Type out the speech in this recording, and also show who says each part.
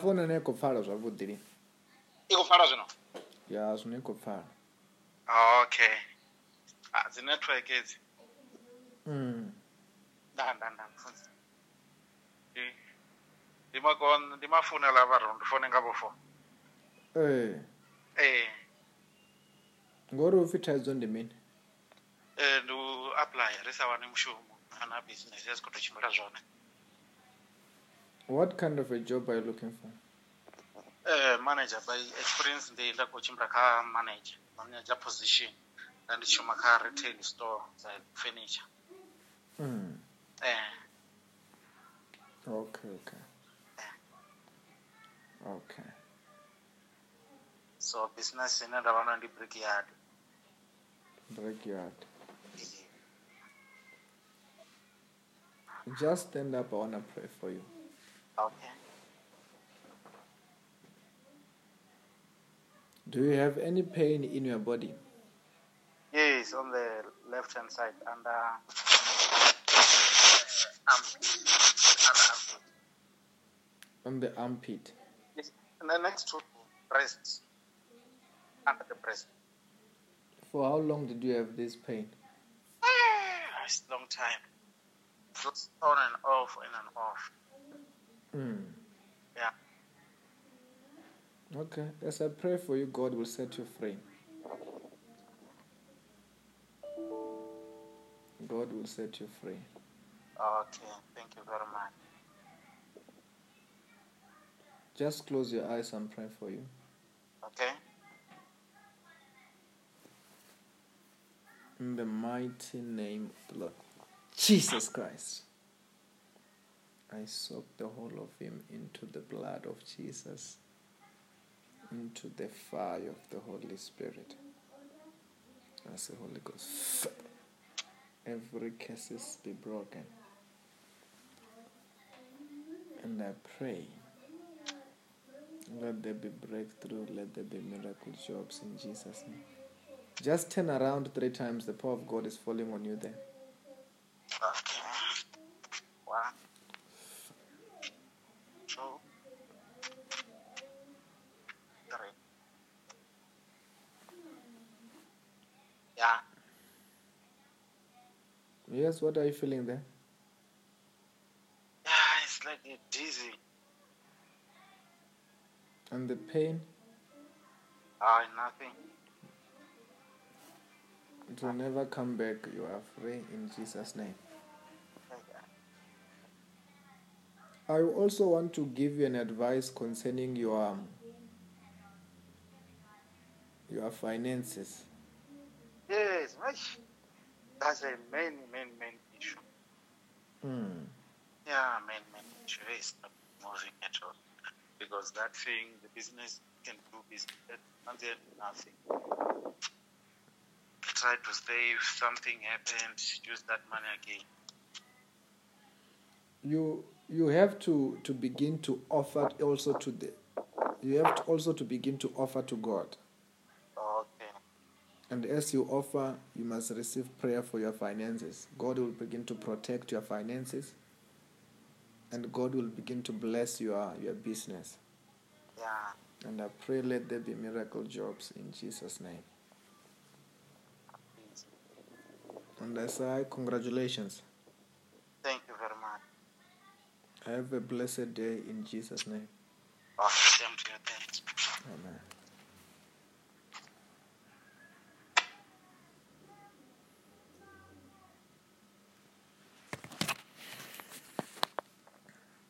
Speaker 1: founani i khou pfala zwavhuḓi lini
Speaker 2: i khou pfala zwino
Speaker 1: ya zwino i khou pfala
Speaker 2: okay ah, dzi network edzi
Speaker 1: Mm.
Speaker 2: nda nda nda mfunzi Ndi- ndi makon ndi mafounela varhu ndi fone nga vo four
Speaker 1: ee
Speaker 2: ee
Speaker 1: ngori upfhi thaidzo ndi mini
Speaker 2: ee Eh, ndi u apply ri sa wani mushumo ana business ya si khou tou tshimbila zwone
Speaker 1: what kind of a job are you looking for
Speaker 2: ee Eh, manager by experience ndi nda khou tshimbila kha manager manager position nda ndi shuma kha retail store dza furniture
Speaker 1: mm.
Speaker 2: ee
Speaker 1: okay okay okay
Speaker 2: so business ine nda vha nayo ndi brick yard
Speaker 1: brickyard just stand up i wanna pray for you
Speaker 2: okay
Speaker 1: do you have any pain in your body
Speaker 2: Yes, on the left hand side under um, under armpit.
Speaker 1: on the armpit
Speaker 2: Yes, and the next to breasts under the breast.
Speaker 1: for how long did you have this pain
Speaker 2: Ah, It's long time. Just on and off, in and off.
Speaker 1: mm.
Speaker 2: Yeah.
Speaker 1: okay as i pray for you god will set you free god will set you free
Speaker 2: Okay, thank you very much.
Speaker 1: just close your eyes and pray for you
Speaker 2: Okay.
Speaker 1: In the mighty name of the Lord Jesus Christ, I soak the whole of him into the blood of Jesus, into the fire of the Holy Spirit. As the Holy Ghost, every curses be broken. And I pray, let there be breakthrough, let there be miracle jobs in Jesus' name. Just turn around three times. The power of God is falling on you there.
Speaker 2: Okay. One. Two. Three. Yeah.
Speaker 1: Yes, what are you feeling there?
Speaker 2: Yeah, it's like you're dizzy.
Speaker 1: And the pain,
Speaker 2: Ah, nothing.
Speaker 1: it will never come back. You are free in Jesus' name. I also want to give you an advice concerning your um, your finances.
Speaker 2: Yes, much. That's a main, main, main issue.
Speaker 1: Hmm.
Speaker 2: Yeah, main, main issue is not moving at all. Because that thing, the business can do business, and then nothing. Try to save, something happened, use that money again.
Speaker 1: You you have to to begin to offer also to the you have to also to begin to offer to God.
Speaker 2: Okay.
Speaker 1: And as you offer, you must receive prayer for your finances. God will begin to protect your finances and God will begin to bless your, your business.
Speaker 2: Yeah.
Speaker 1: And I pray, let there be miracle jobs in Jesus' name. And I say, congratulations.
Speaker 2: Thank you very much.
Speaker 1: Have a blessed day in Jesus' name.
Speaker 2: Okay, same to you. Thanks.
Speaker 1: Amen.